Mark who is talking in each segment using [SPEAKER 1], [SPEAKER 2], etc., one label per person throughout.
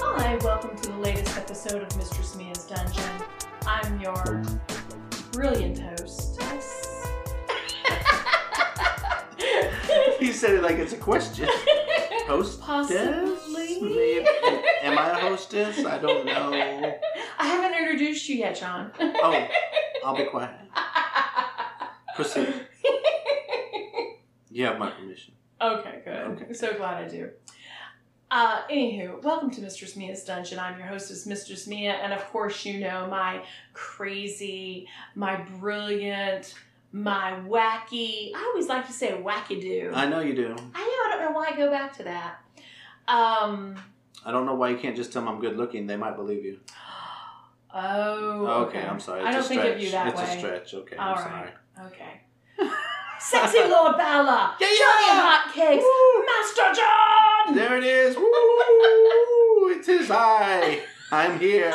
[SPEAKER 1] Hi, welcome to the latest episode of Mistress Mia's Dungeon. I'm your brilliant hostess.
[SPEAKER 2] You said it like it's a question. Hostess?
[SPEAKER 1] Possibly.
[SPEAKER 2] Maybe. Am I a hostess? I don't know.
[SPEAKER 1] I haven't introduced you yet, John.
[SPEAKER 2] Oh, I'll be quiet. Proceed. You have my permission.
[SPEAKER 1] Okay, good.
[SPEAKER 2] Okay.
[SPEAKER 1] So glad I do. Uh, anywho, welcome to Mistress Mia's Dungeon. I'm your hostess, Mistress Mia, and of course, you know my crazy, my brilliant, my wacky. I always like to say wacky do.
[SPEAKER 2] I know you
[SPEAKER 1] I
[SPEAKER 2] do.
[SPEAKER 1] know. I don't know why I go back to that. Um.
[SPEAKER 2] I don't know why you can't just tell them I'm good looking. They might believe you.
[SPEAKER 1] Oh.
[SPEAKER 2] Okay, I'm sorry.
[SPEAKER 1] I
[SPEAKER 2] It's
[SPEAKER 1] don't
[SPEAKER 2] a
[SPEAKER 1] think
[SPEAKER 2] stretch.
[SPEAKER 1] of you that
[SPEAKER 2] It's
[SPEAKER 1] way.
[SPEAKER 2] a stretch. Okay,
[SPEAKER 1] All
[SPEAKER 2] I'm
[SPEAKER 1] right.
[SPEAKER 2] sorry.
[SPEAKER 1] Okay. Sexy Lord Bala.
[SPEAKER 2] Yeah, yeah!
[SPEAKER 1] Johnny Hotcakes.
[SPEAKER 2] Woo!
[SPEAKER 1] Master John.
[SPEAKER 2] There it is. Woo! It's his eye. I'm here.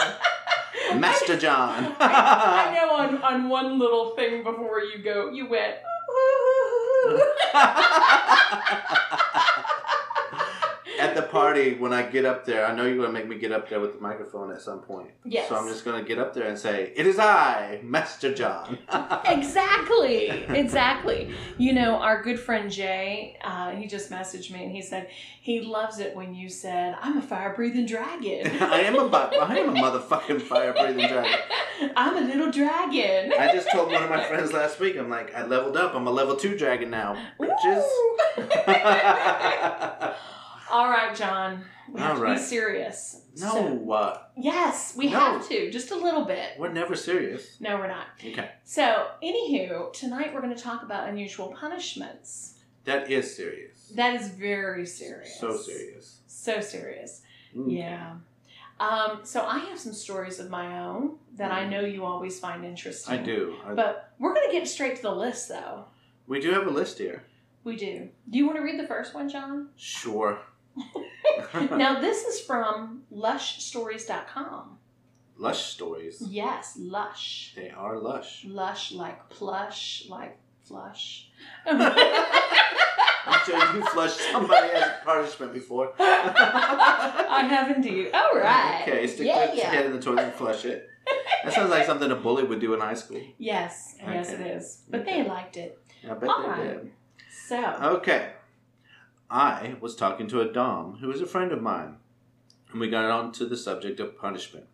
[SPEAKER 2] Master John.
[SPEAKER 1] I, I know on, on one little thing before you go, you went.
[SPEAKER 2] At the party, when I get up there, I know you're going to make me get up there with the microphone at some point.
[SPEAKER 1] Yes.
[SPEAKER 2] So I'm just going to get up there and say, It is I, Master John.
[SPEAKER 1] Exactly, exactly. You know, our good friend Jay, uh, he just messaged me and he said he loves it when you said, "I'm a fire breathing dragon."
[SPEAKER 2] I am a bu- I am a motherfucking fire breathing dragon.
[SPEAKER 1] I'm a little dragon.
[SPEAKER 2] I just told one of my friends last week, I'm like, I leveled up. I'm a level two dragon now, bitches.
[SPEAKER 1] Ooh.
[SPEAKER 2] no,
[SPEAKER 1] All right, John. We have
[SPEAKER 2] All
[SPEAKER 1] to
[SPEAKER 2] right.
[SPEAKER 1] be serious. So-
[SPEAKER 2] uh,
[SPEAKER 1] yes, we
[SPEAKER 2] No.
[SPEAKER 1] have to. Just a little bit.
[SPEAKER 2] we're never serious.
[SPEAKER 1] No, we're not.
[SPEAKER 2] Okay,
[SPEAKER 1] So, anywho, tonight we're going to talk about unusual punishments.
[SPEAKER 2] that is serious.
[SPEAKER 1] That is very serious.
[SPEAKER 2] So serious.
[SPEAKER 1] So serious.
[SPEAKER 2] Mm.
[SPEAKER 1] Yeah. Um, so I have some stories of my own that I know you always find interesting.
[SPEAKER 2] Mm. I do. I-
[SPEAKER 1] But we're going to get straight to the list, though.
[SPEAKER 2] we do have a list here.
[SPEAKER 1] We do. Do you want to read the first one, John?
[SPEAKER 2] Sure.
[SPEAKER 1] now, this is from lushstories.com.
[SPEAKER 2] lush stories.
[SPEAKER 1] Yes, lush.
[SPEAKER 2] They are lush.
[SPEAKER 1] Lush like plush, like flush.
[SPEAKER 2] I'm sure you flushed somebody as punishment before.
[SPEAKER 1] I have indeed. All right.
[SPEAKER 2] Okay, stick
[SPEAKER 1] yeah,
[SPEAKER 2] your
[SPEAKER 1] yeah.
[SPEAKER 2] head in the toilet and flush it. That sounds like something a bully would do in high school.
[SPEAKER 1] Yes, yes, it
[SPEAKER 2] Okay.
[SPEAKER 1] is. But
[SPEAKER 2] Okay.
[SPEAKER 1] they liked it.
[SPEAKER 2] I bet
[SPEAKER 1] All
[SPEAKER 2] they
[SPEAKER 1] right.
[SPEAKER 2] did.
[SPEAKER 1] So,
[SPEAKER 2] Okay. I was talking to a Dom who is a friend of mine, and we got on to the subject of punishment.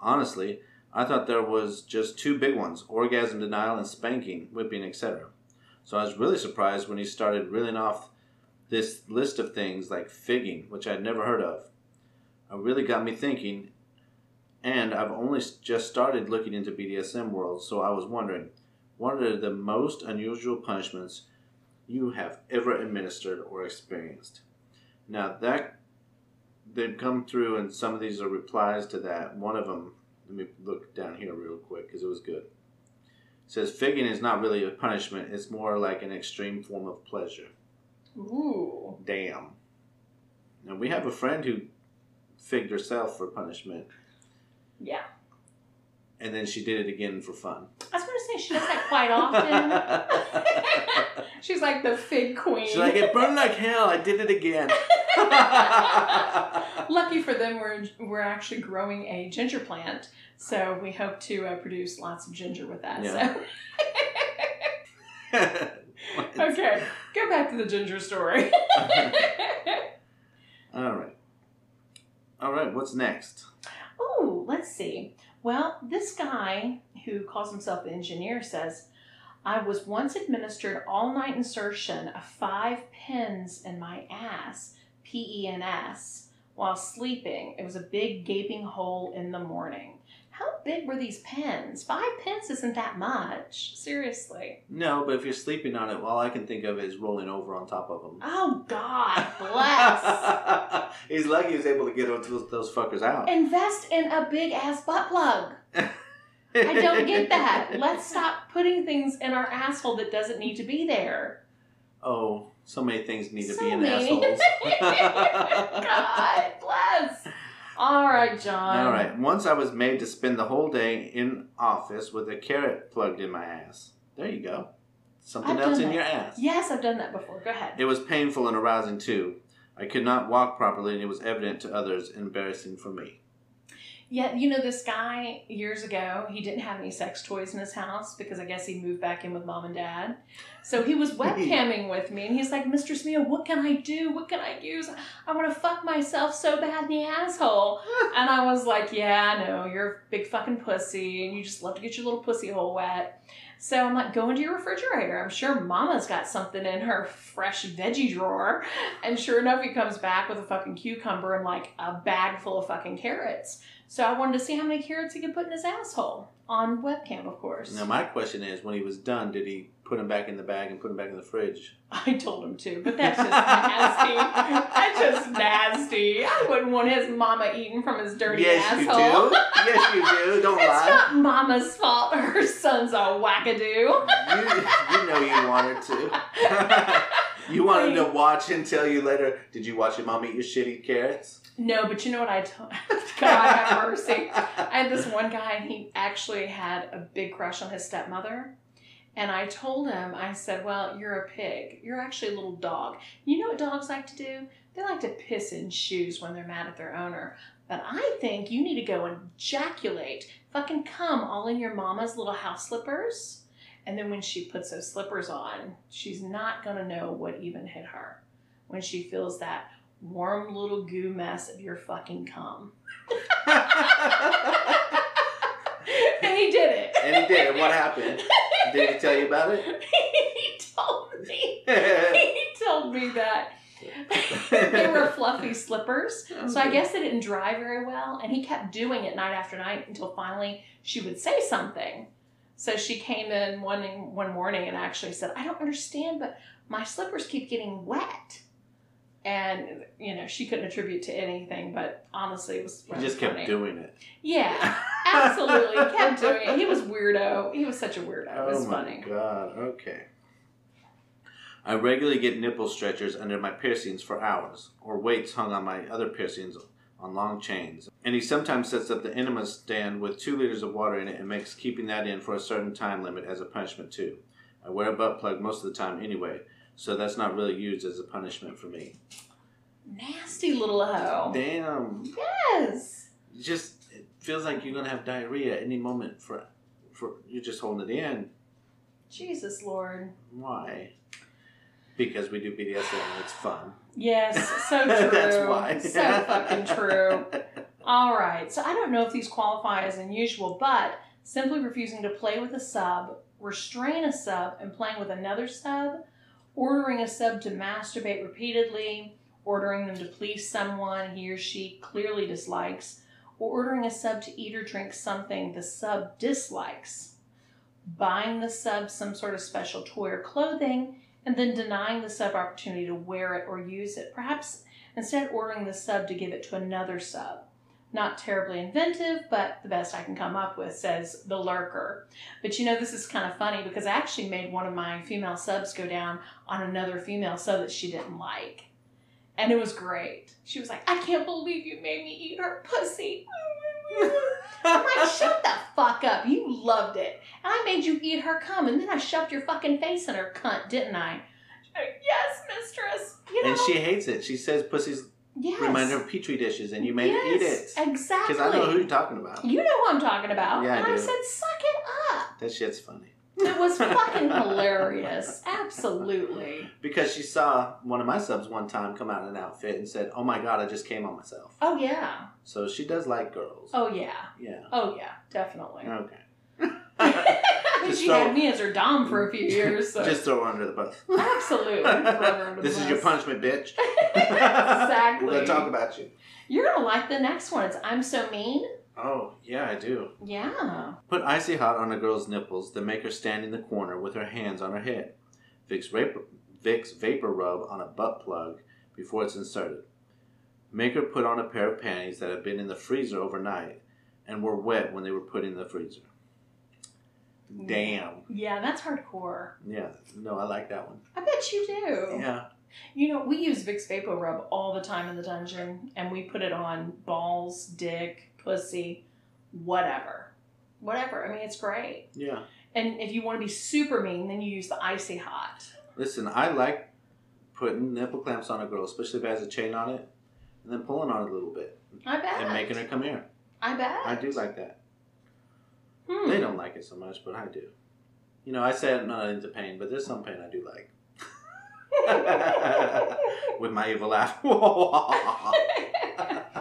[SPEAKER 2] Honestly, I thought there was just two big ones orgasm denial and spanking, whipping, etc. So I was really surprised when he started reeling off this list of things like figging, which I'd never heard of. It really got me thinking, and I've only s- just started looking into BDSM world, so I was wondering what are the most unusual punishments you have ever administered or experienced. Now that they've come through, and some of these are replies to that. One of them, let me look down here real quick because it was good. It says figging is not really a punishment; it's more like an extreme form of pleasure.
[SPEAKER 1] ooh.
[SPEAKER 2] Damn. Now we have a friend who figged herself for punishment,
[SPEAKER 1] Yeah.
[SPEAKER 2] and then she did it again for fun.
[SPEAKER 1] I was going to say, she does that quite often. She's like the fig queen.
[SPEAKER 2] She's like, it burned like hell. I did it again.
[SPEAKER 1] Lucky for them, we're, we're actually growing a ginger plant. So we hope to uh, produce lots of ginger with that.
[SPEAKER 2] Yeah.
[SPEAKER 1] So. Okay, go back to the ginger story.
[SPEAKER 2] All right. All right, what's next?
[SPEAKER 1] Ooh, Oh, let's see. Well, this guy who calls himself an engineer says, I was once administered all night insertion of five pins in my ass, P E N S, while sleeping. It was a big gaping hole in the morning. How big were these pins? Five pins isn't that much. Seriously.
[SPEAKER 2] No, but if you're sleeping on it, all I can think of is rolling over on top of him.
[SPEAKER 1] Oh, God bless.
[SPEAKER 2] he's lucky he was able to get those, those fuckers out.
[SPEAKER 1] Invest in a big ass butt plug. I don't get that. Let's stop putting things in our asshole that doesn't need to be there.
[SPEAKER 2] Oh, so many things need to
[SPEAKER 1] So
[SPEAKER 2] be in
[SPEAKER 1] many.
[SPEAKER 2] assholes.
[SPEAKER 1] God bless. All right, John.
[SPEAKER 2] All right. Once I was made to spend the whole day in office with a carrot plugged in my ass. There you go. Something
[SPEAKER 1] I've
[SPEAKER 2] else
[SPEAKER 1] done
[SPEAKER 2] in
[SPEAKER 1] that.
[SPEAKER 2] your ass.
[SPEAKER 1] Yes, I've done that before. Go ahead.
[SPEAKER 2] It was painful and arousing too. I could not walk properly, and it was evident to others, embarrassing for me.
[SPEAKER 1] Yeah, you know, this guy years ago, he didn't have any sex toys in his house because I guess he moved back in with mom and dad. So he was webcamming with me and he's like, Mr. Smeal, what can I do? What can I use? I want to fuck myself so bad in the asshole. And I was like, yeah, I know, you're a big fucking pussy and you just love to get your little pussy hole wet. So I'm like, go into your refrigerator. I'm sure mama's got something in her fresh veggie drawer. And sure enough, he comes back with a fucking cucumber and like a bag full of fucking carrots. So I wanted to see how many carrots he could put in his asshole on webcam, of course.
[SPEAKER 2] Now my question is, when he was done, did he put him back in the bag and put him back in the fridge?
[SPEAKER 1] I told him to, but that's just nasty. that's just nasty. I wouldn't want his mama eating from his dirty asshole.
[SPEAKER 2] you do. Yes, you do. Don't
[SPEAKER 1] It's
[SPEAKER 2] lie.
[SPEAKER 1] not mama's fault. Her son's a wackadoo.
[SPEAKER 2] You, you know you wanted to. you wanted to watch and tell you later. Did you watch your mom eat your shitty carrots?
[SPEAKER 1] No, but you know what I told? God have mercy. I had this one guy, and he actually had a big crush on his stepmother. And I told him, I said, Well, you're a pig. You're actually a little dog. You know what dogs like to do? They like to piss in shoes when they're mad at their owner. But I think you need to go and ejaculate, fucking cum all in your mama's little house slippers. And then when she puts those slippers on, she's not gonna know what even hit her when she feels that warm little goo mess of your fucking cum. and he did it.
[SPEAKER 2] and he did. And what happened? Did he tell you about it?
[SPEAKER 1] he told me. He told me that they were fluffy slippers. So I guess they didn't dry very well, and he kept doing it night after night until finally she would say something. So she came in one one morning and actually said, "I don't understand, but my slippers keep getting wet." And you know she couldn't attribute to anything, but honestly, it was
[SPEAKER 2] He just
[SPEAKER 1] funny.
[SPEAKER 2] kept doing it.
[SPEAKER 1] Yeah, absolutely, kept doing it. He was weirdo. He was such a weirdo. it was
[SPEAKER 2] Oh my
[SPEAKER 1] funny.
[SPEAKER 2] god, okay. I regularly get nipple stretchers under my piercings for hours, or weights hung on my other piercings on long chains. And he sometimes sets up the enema stand with two liters of water in it and makes keeping that in for a certain time limit as a punishment, too. I wear a butt plug most of the time anyway, so that's not really used as a punishment for me.
[SPEAKER 1] Nasty little hoe.
[SPEAKER 2] Damn.
[SPEAKER 1] Yes.
[SPEAKER 2] It just it feels like you're gonna have diarrhea any moment for for you're just holding it in.
[SPEAKER 1] Jesus Lord.
[SPEAKER 2] Why? Because we do BDSM. It's fun.
[SPEAKER 1] Yes, so true.
[SPEAKER 2] That's why.
[SPEAKER 1] so fucking true. All right. So I don't know if these qualify as unusual, but simply refusing to play with a sub, restrain a sub and playing with another sub, ordering a sub to masturbate repeatedly, ordering them to please someone he or she clearly dislikes, or ordering a sub to eat or drink something the sub dislikes, buying the sub some sort of special toy or clothing, and then denying the sub opportunity to wear it or use it, perhaps instead ordering the sub to give it to another sub not terribly inventive, but the best I can come up with, says the lurker. But you know, this is kind of funny because I actually made one of my female subs go down on another female sub that she didn't like. And it was great. She was like, I can't believe you made me eat her pussy. I'm like, shut the fuck up. You loved it. And I made you eat her cum, and then I shoved your fucking face in her cunt, didn't I? She's like, Yes, mistress. You know,
[SPEAKER 2] and she hates it. She says pussies
[SPEAKER 1] yes.
[SPEAKER 2] remind her of petri dishes, and you made her eat it.
[SPEAKER 1] Yes, Exactly.
[SPEAKER 2] Because I know who you're talking about.
[SPEAKER 1] You know who I'm talking about.
[SPEAKER 2] Yeah, I
[SPEAKER 1] and I
[SPEAKER 2] do.
[SPEAKER 1] said, suck it up.
[SPEAKER 2] That shit's funny.
[SPEAKER 1] It was fucking hilarious. Absolutely.
[SPEAKER 2] Because she saw one of my subs one time come out in an outfit and said, "Oh my god, I just came on myself."
[SPEAKER 1] Oh, yeah.
[SPEAKER 2] So she does like girls.
[SPEAKER 1] Oh, yeah.
[SPEAKER 2] Yeah.
[SPEAKER 1] Oh, yeah. Definitely.
[SPEAKER 2] Okay. Just
[SPEAKER 1] she
[SPEAKER 2] throw-
[SPEAKER 1] had me as her Dom for a few years. So.
[SPEAKER 2] just throw her under the bus.
[SPEAKER 1] Absolutely. brother of
[SPEAKER 2] this is
[SPEAKER 1] the
[SPEAKER 2] your
[SPEAKER 1] bus.
[SPEAKER 2] punishment, bitch.
[SPEAKER 1] Exactly.
[SPEAKER 2] We're gonna talk about you.
[SPEAKER 1] You're going to like the next one. It's I'm So Mean.
[SPEAKER 2] Oh yeah, I do.
[SPEAKER 1] Yeah.
[SPEAKER 2] Put icy hot on a girl's nipples, then make her stand in the corner with her hands on her head. Vicks vapor, Vicks vapor rub on a butt plug before it's inserted. Make her put on a pair of panties that have been in the freezer overnight and were wet when they were put in the freezer. Damn. Mm.
[SPEAKER 1] Yeah, that's hardcore.
[SPEAKER 2] Yeah, no, I like that one.
[SPEAKER 1] I bet you do.
[SPEAKER 2] Oh. Yeah,
[SPEAKER 1] You know, we use Vicks Vapor Rub all the time in the dungeon, and we put it on balls, dick, pussy, whatever. Whatever. I mean, it's great.
[SPEAKER 2] Yeah.
[SPEAKER 1] And if you want to be super mean, then you use the Icy Hot.
[SPEAKER 2] Listen, I like putting nipple clamps on a girl, especially if it has a chain on it, and then pulling on it a little bit
[SPEAKER 1] I bet.
[SPEAKER 2] and making her come here.
[SPEAKER 1] I bet.
[SPEAKER 2] I do like that.
[SPEAKER 1] Hmm.
[SPEAKER 2] They don't like it so much, but I do. You know, I say I'm not into pain, but there's some pain I do like. With my evil laugh.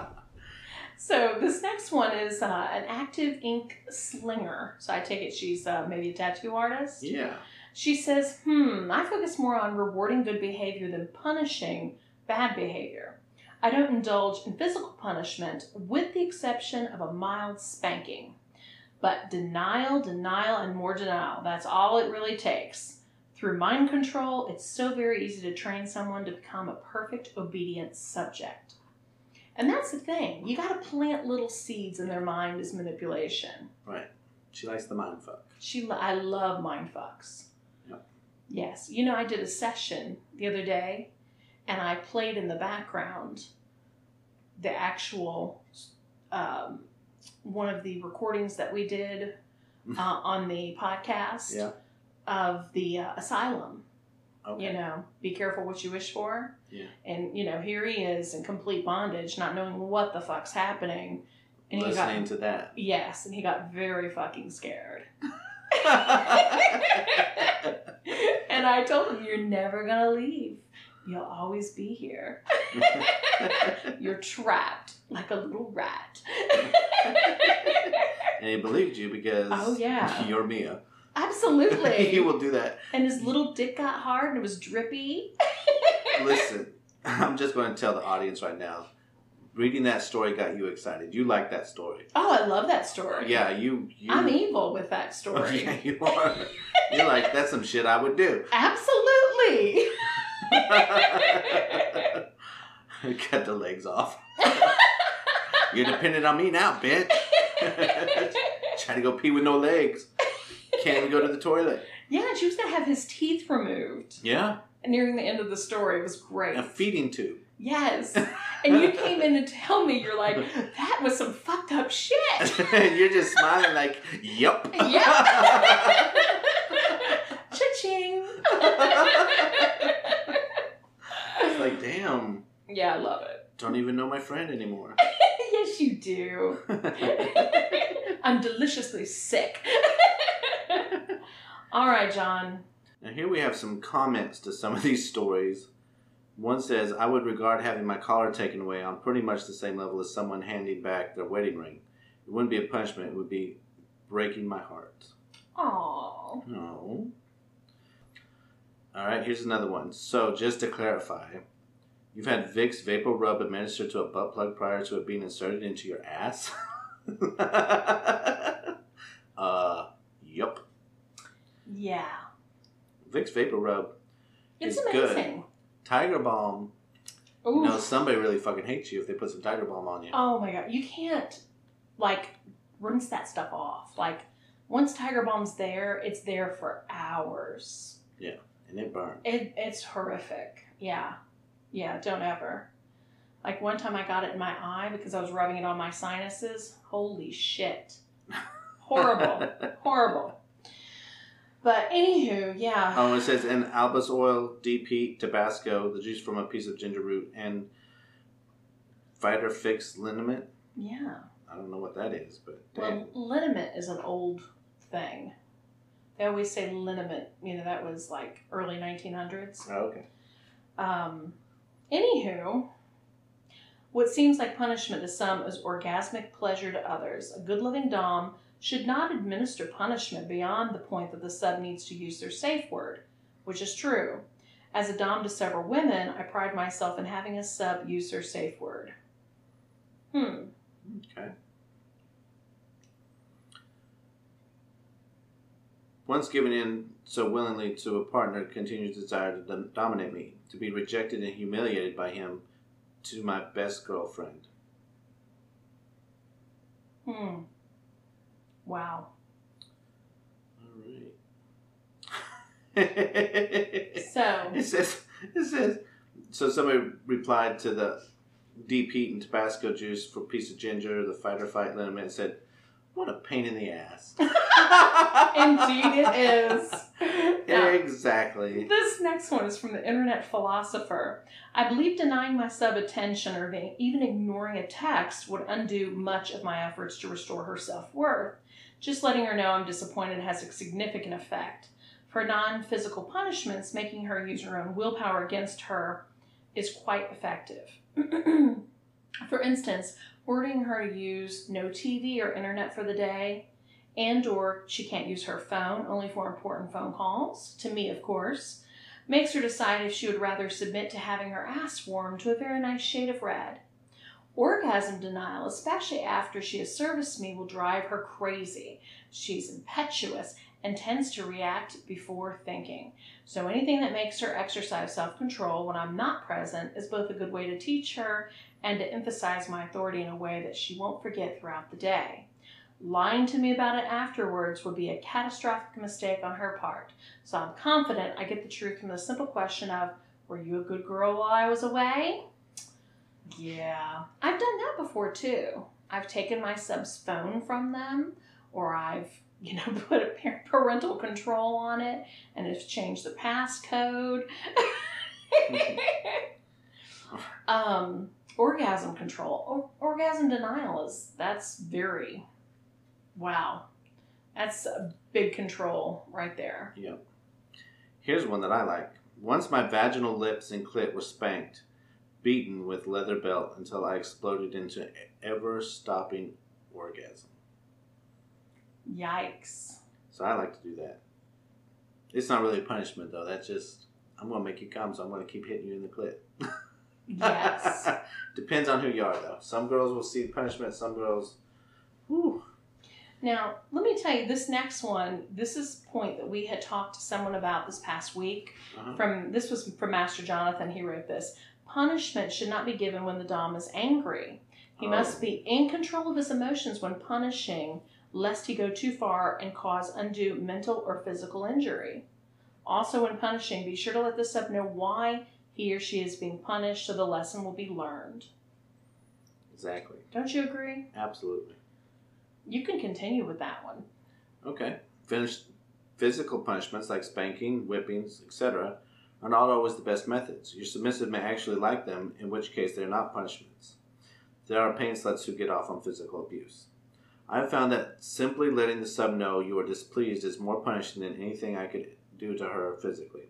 [SPEAKER 1] so this next one is uh, an active ink slinger. So I take it she's uh, maybe a tattoo artist.
[SPEAKER 2] yeah.
[SPEAKER 1] She says, hmm, I focus more on rewarding good behavior than punishing bad behavior. I don't indulge in physical punishment with the exception of a mild spanking. But denial, denial, and more denial, that's all it really takes. Through mind control, it's so very easy to train someone to become a perfect obedient subject. And that's the thing, you gotta plant little seeds in their mind as manipulation.
[SPEAKER 2] She likes the mind fuck.
[SPEAKER 1] She, lo- I love mind fucks.
[SPEAKER 2] Yep.
[SPEAKER 1] Yes, you know I did a session the other day, and I played in the background the actual um, one of the recordings that we did uh, on the podcast
[SPEAKER 2] Mm. Yeah.
[SPEAKER 1] of the uh, asylum.
[SPEAKER 2] Okay.
[SPEAKER 1] You know, be careful what you wish for.
[SPEAKER 2] Yeah.
[SPEAKER 1] And you know, here he is in complete bondage, not knowing what the fuck's happening. And he
[SPEAKER 2] Listening
[SPEAKER 1] got
[SPEAKER 2] to that.
[SPEAKER 1] yes, and he got very fucking scared. and I told him, You're never gonna leave. You'll always be here. You're trapped like a little rat.
[SPEAKER 2] and he believed you because
[SPEAKER 1] Oh, yeah.
[SPEAKER 2] you're Mia.
[SPEAKER 1] Absolutely.
[SPEAKER 2] he will do that.
[SPEAKER 1] and his little dick got hard and it was drippy.
[SPEAKER 2] Listen, I'm just going to tell the audience right now. Reading that story got you excited. You like that story.
[SPEAKER 1] Oh, I love that story.
[SPEAKER 2] Yeah, you. you
[SPEAKER 1] I'm evil with that story.
[SPEAKER 2] Yeah, you are. You're like, that's some shit I would do.
[SPEAKER 1] Absolutely.
[SPEAKER 2] Cut the legs off. You're dependent on me now, bitch. Trying to go pee with no legs. Can't even go to the toilet.
[SPEAKER 1] yeah, and she was gonna have his teeth removed.
[SPEAKER 2] Yeah.
[SPEAKER 1] Nearing the end of the story, it was great.
[SPEAKER 2] A feeding tube.
[SPEAKER 1] Yes. And you came in to tell me, you're like, that was some fucked up shit.
[SPEAKER 2] You're just smiling like, yep.
[SPEAKER 1] Yep. Cha-ching.
[SPEAKER 2] It's like, damn,
[SPEAKER 1] yeah, I love it.
[SPEAKER 2] don't even know my friend anymore.
[SPEAKER 1] yes, you do. I'm deliciously sick. All right, John.
[SPEAKER 2] Now, here we have some comments to some of these stories. One says, I would regard having my collar taken away on pretty much the same level as someone handing back their wedding ring. It wouldn't be a punishment, it would be breaking my heart.
[SPEAKER 1] Aww.
[SPEAKER 2] No. All right, here's another one. So, just to clarify, you've had Vicks Vapor Rub administered to a butt plug prior to it being inserted into your ass? uh, yup.
[SPEAKER 1] Yeah.
[SPEAKER 2] Vicks Vapor Rub,
[SPEAKER 1] It's,
[SPEAKER 2] It's good.
[SPEAKER 1] amazing.
[SPEAKER 2] Tiger Balm.
[SPEAKER 1] Ooh.
[SPEAKER 2] You know, somebody really fucking hates you if they put some Tiger Balm on you.
[SPEAKER 1] Oh my god. You can't, like, rinse that stuff off. Like, once Tiger Bomb's there, it's there for hours.
[SPEAKER 2] And it burns.
[SPEAKER 1] It, it's horrific. Yeah. Yeah, don't ever. Like one time I got it in my eye because I was rubbing it on my sinuses. Holy shit. Horrible. Horrible. But anywho, yeah.
[SPEAKER 2] Oh, it says, and Albus oil, DP, Tabasco, the juice from a piece of ginger root, and Fighter Fix liniment.
[SPEAKER 1] Yeah.
[SPEAKER 2] I don't know what that is, but damn.
[SPEAKER 1] Well, liniment is an old thing. They always say liniment. You know, that was like early 1900s.
[SPEAKER 2] Oh, okay.
[SPEAKER 1] Um, anywho, what seems like punishment to some is orgasmic pleasure to others. A good loving Dom should not administer punishment beyond the point that the sub needs to use their safe word, which is true. As a Dom to several women, I pride myself in having a sub use her safe word. Hmm.
[SPEAKER 2] Okay. Once given in so willingly to a partner, continues desire to dom- dominate me, to be rejected and humiliated by him, to my best girlfriend.
[SPEAKER 1] Hmm. Wow.
[SPEAKER 2] All right. it
[SPEAKER 1] So,
[SPEAKER 2] says, it says, so somebody replied to the deep heat and Tabasco juice for a piece of ginger, the fight or flight liniment, and said, "What a pain in the ass."
[SPEAKER 1] Indeed, it is. Now,
[SPEAKER 2] Exactly.
[SPEAKER 1] This next one is from the internet philosopher. I believe denying my sub attention or being, even ignoring a text would undo much of my efforts to restore her self worth. Just letting her know I'm disappointed has a significant effect. For non physical punishments, making her use her own willpower against her is quite effective. for instance, ordering her to use no TV or internet for the day, and or she can't use her phone only for important phone calls to me of course makes her decide if she would rather submit to having her ass warmed to a very nice shade of red orgasm denial especially after she has serviced me will drive her crazy she's impetuous and tends to react before thinking so anything that makes her exercise self-control when i'm not present is both a good way to teach her and to emphasize my authority in a way that she won't forget throughout the day Lying to me about it afterwards would be a catastrophic mistake on her part. So I'm confident I get the truth from the simple question of, Were you a good girl while I was away? Yeah. I've done that before too. I've taken my sub's phone from them, or I've, you know, put a par- parental control on it and it's changed the passcode. um, orgasm control, or- orgasm denial is that's very wow. That's a big control right there.
[SPEAKER 2] Here's one that I like. Once my vaginal lips and clit were spanked, beaten with leather belt until I exploded into ever stopping orgasm.
[SPEAKER 1] Yikes.
[SPEAKER 2] So I like to do that. It's not really a punishment though. That's just I'm gonna make you come, so I'm gonna keep hitting you in the clit.
[SPEAKER 1] Yes.
[SPEAKER 2] Depends on who you are though. Some girls will see punishment. Some girls, whew,
[SPEAKER 1] now, let me tell you this next one. This is a point that we had talked to someone about this past week.
[SPEAKER 2] uh-huh.
[SPEAKER 1] From this was from Master Jonathan. He wrote this. Punishment should not be given when the dom is angry. He
[SPEAKER 2] Oh.
[SPEAKER 1] must be in control of his emotions when punishing, lest he go too far and cause undue mental or physical injury. Also, when punishing, be sure to let the sub know why he or she is being punished so the lesson will be learned.
[SPEAKER 2] exactly,
[SPEAKER 1] Don't you agree?
[SPEAKER 2] absolutely.
[SPEAKER 1] You can continue with that one.
[SPEAKER 2] Okay. Finish physical punishments like spanking, whippings, etc. are not always the best methods. Your submissive may actually like them, in which case they are not punishments. There are pain sluts who get off on physical abuse. I have found that simply letting the sub know you are displeased is more punishing than anything I could do to her physically.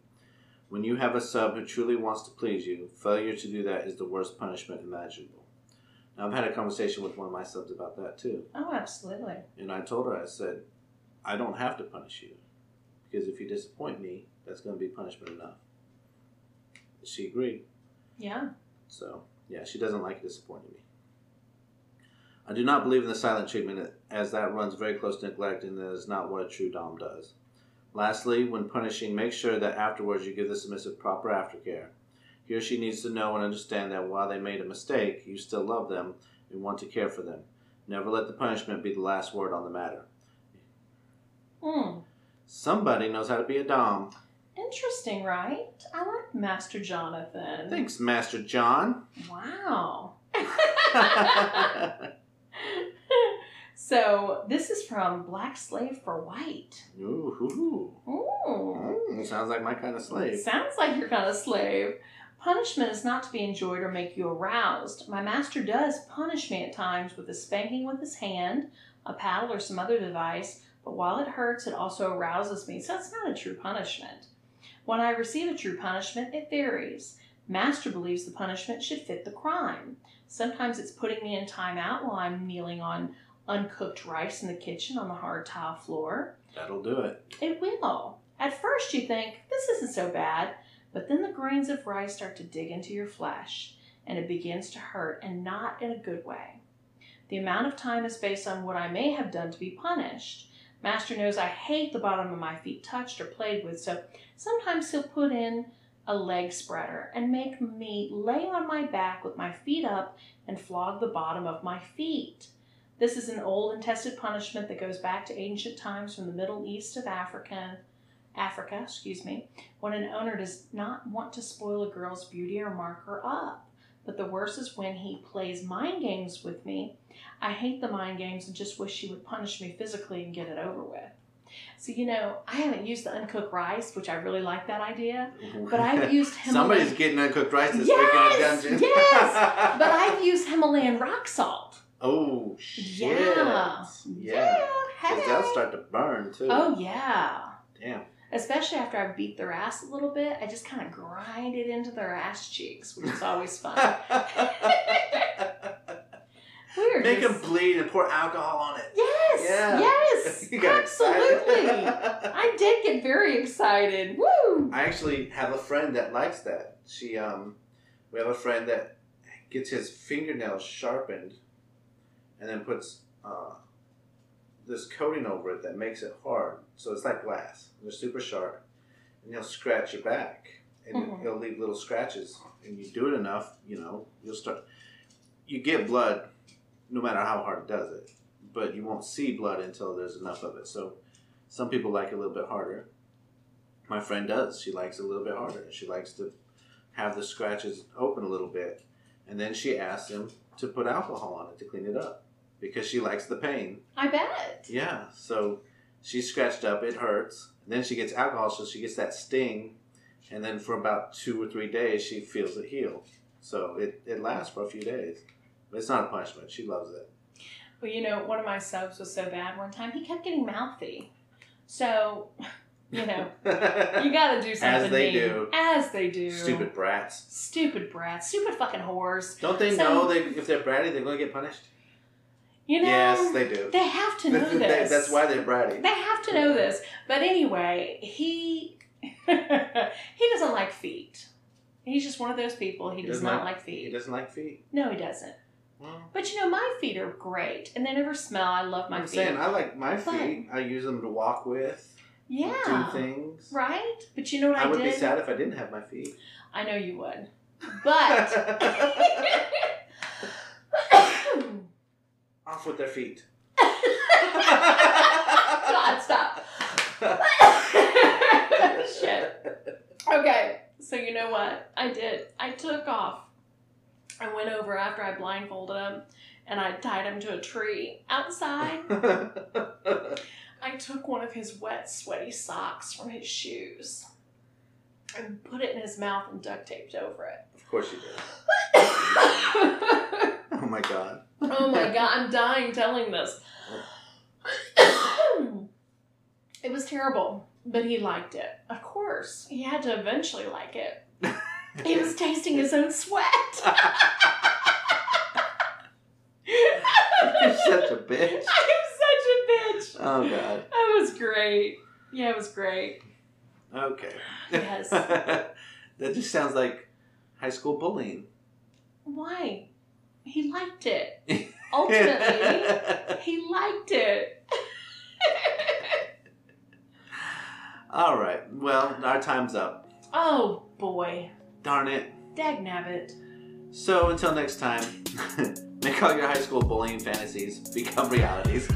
[SPEAKER 2] When you have a sub who truly wants to please you, failure to do that is the worst punishment imaginable. Now, I've had a conversation with one of my subs about that too.
[SPEAKER 1] Oh, absolutely.
[SPEAKER 2] And I told her, I said, I don't have to punish you. Because if you disappoint me, that's going to be punishment enough. She agreed.
[SPEAKER 1] Yeah.
[SPEAKER 2] So, yeah, she doesn't like disappointing me. I do not believe in the silent treatment, as that runs very close to neglect and that is not what a true Dom does. Lastly, when punishing, make sure that afterwards you give the submissive proper aftercare. He or she needs to know and understand that while they made a mistake, you still love them and want to care for them. Never let the punishment be the last word on the matter.
[SPEAKER 1] Mm.
[SPEAKER 2] Somebody knows how to be a Dom.
[SPEAKER 1] Interesting, right? I like Master Jonathan.
[SPEAKER 2] Thanks, Master John.
[SPEAKER 1] Wow.
[SPEAKER 2] Ooh,
[SPEAKER 1] so this is from Black Slave for White.
[SPEAKER 2] hoo, hoo.
[SPEAKER 1] Ooh.
[SPEAKER 2] Mm, sounds like my kind of slave.
[SPEAKER 1] Sounds like you're kind of slave. Punishment is not to be enjoyed or make you aroused. My master does punish me at times with a spanking with his hand, a paddle, or some other device, but while it hurts, it also arouses me, so it's not a true punishment. When I receive a true punishment, it varies. Master believes the punishment should fit the crime. Sometimes it's putting me in timeout while I'm kneeling on uncooked rice in the kitchen on the hard tile floor.
[SPEAKER 2] That'll do it.
[SPEAKER 1] It will. At first, you think, this isn't so bad, but then the grains of rice start to dig into your flesh and it begins to hurt and not in a good way. The amount of time is based on what I may have done to be punished. Master knows I hate the bottom of my feet touched or played with, so sometimes he'll put in a leg spreader and make me lay on my back with my feet up and flog the bottom of my feet. This is an old and tested punishment that goes back to ancient times from the Middle East of Africa Africa, excuse me, when an owner does not want to spoil a girl's beauty or mark her up. But the worst is when he plays mind games with me. I hate the mind games and just wish he would punish me physically and get it over with. So, you know, I haven't used the uncooked rice, which I really like that idea, but I've used Himalayan.
[SPEAKER 2] Somebody's getting uncooked rice this
[SPEAKER 1] Yes!
[SPEAKER 2] week in a dungeon.
[SPEAKER 1] Yes! But I've used Himalayan rock salt.
[SPEAKER 2] oh shit!
[SPEAKER 1] Yeah.
[SPEAKER 2] yeah.
[SPEAKER 1] Hey.
[SPEAKER 2] 'Cause that'll start to burn too.
[SPEAKER 1] Oh yeah.
[SPEAKER 2] Damn.
[SPEAKER 1] Especially after I beat their ass a little bit, I just kind of grind it into their ass cheeks, which is always fun. We We're
[SPEAKER 2] Make
[SPEAKER 1] just,
[SPEAKER 2] them bleed and pour alcohol on it.
[SPEAKER 1] Yes.
[SPEAKER 2] Yeah.
[SPEAKER 1] Yes.
[SPEAKER 2] You got
[SPEAKER 1] absolutely.
[SPEAKER 2] excited.
[SPEAKER 1] I did get very excited. Woo.
[SPEAKER 2] I actually have a friend that likes that. She um, we have a friend that gets his fingernails sharpened, and then puts uh, this coating over it that makes it hard. So it's like glass. They're super sharp, and they'll scratch your back, and
[SPEAKER 1] Mhm.
[SPEAKER 2] it'll leave little scratches. And you do it enough, you know, you'll start. You get blood, no matter how hard it does it, but you won't see blood until there's enough of it. So some people like it a little bit harder my friend does. She likes it a little bit harder. She likes to have the scratches open a little bit. And then she asks him to put alcohol on it to clean it up because she likes the pain.
[SPEAKER 1] I bet.
[SPEAKER 2] Yeah. So she's scratched up, it hurts. And then she gets alcohol, so she gets that sting. And then for about two or three days, she feels it heal. So it, it lasts for a few days. But it's not a punishment. She loves it.
[SPEAKER 1] Well, you know, one of my subs was so bad one time he kept getting mouthy. So, you know, you got to do something.
[SPEAKER 2] As
[SPEAKER 1] mean.
[SPEAKER 2] they do.
[SPEAKER 1] As they do.
[SPEAKER 2] Stupid brats.
[SPEAKER 1] Stupid brats. Stupid fucking whores.
[SPEAKER 2] Don't they
[SPEAKER 1] So-
[SPEAKER 2] know they, if they're bratty, they're going to get punished?
[SPEAKER 1] You know.
[SPEAKER 2] yes, they do.
[SPEAKER 1] They have to know
[SPEAKER 2] That's- that-
[SPEAKER 1] this.
[SPEAKER 2] that's why they're bratty.
[SPEAKER 1] They have to know this. But anyway, he he doesn't like feet. He's just one of those people. He,
[SPEAKER 2] He
[SPEAKER 1] does
[SPEAKER 2] doesn't
[SPEAKER 1] not
[SPEAKER 2] like-
[SPEAKER 1] like,
[SPEAKER 2] He
[SPEAKER 1] feet.
[SPEAKER 2] doesn't like feet.
[SPEAKER 1] no, he doesn't.
[SPEAKER 2] Well,
[SPEAKER 1] But you know, my feet are great, and they never smell. I love my
[SPEAKER 2] I'm
[SPEAKER 1] feet.
[SPEAKER 2] saying I like my
[SPEAKER 1] But-
[SPEAKER 2] feet. I use them to walk with,
[SPEAKER 1] yeah,
[SPEAKER 2] do things.
[SPEAKER 1] right. But you know what I,
[SPEAKER 2] I, would
[SPEAKER 1] did?
[SPEAKER 2] be sad if I didn't have my feet.
[SPEAKER 1] I know you would. But
[SPEAKER 2] Off with their feet.
[SPEAKER 1] God, stop. Shit. Okay, so you know what? I did. I took off. I went over after I blindfolded him and I tied him to a tree outside. I took one of his wet, sweaty socks from his shoes and put it in his mouth and duct taped over it.
[SPEAKER 2] of course you do.
[SPEAKER 1] oh
[SPEAKER 2] Oh my god.
[SPEAKER 1] my god, I'm dying telling this. it was terrible, but he liked it. Of course, he had to eventually like it. He was tasting his own sweat.
[SPEAKER 2] You're such a bitch.
[SPEAKER 1] I am such a bitch.
[SPEAKER 2] Oh god.
[SPEAKER 1] That was great. Yeah, it was great.
[SPEAKER 2] Okay.
[SPEAKER 1] Yes.
[SPEAKER 2] that just sounds like high school bullying.
[SPEAKER 1] Why? He liked it. Ultimately, he liked it.
[SPEAKER 2] All right. Well, our time's up.
[SPEAKER 1] Oh boy.
[SPEAKER 2] Darn it.
[SPEAKER 1] Dag nabbit.
[SPEAKER 2] So until next time, make all your high school bullying fantasies become realities.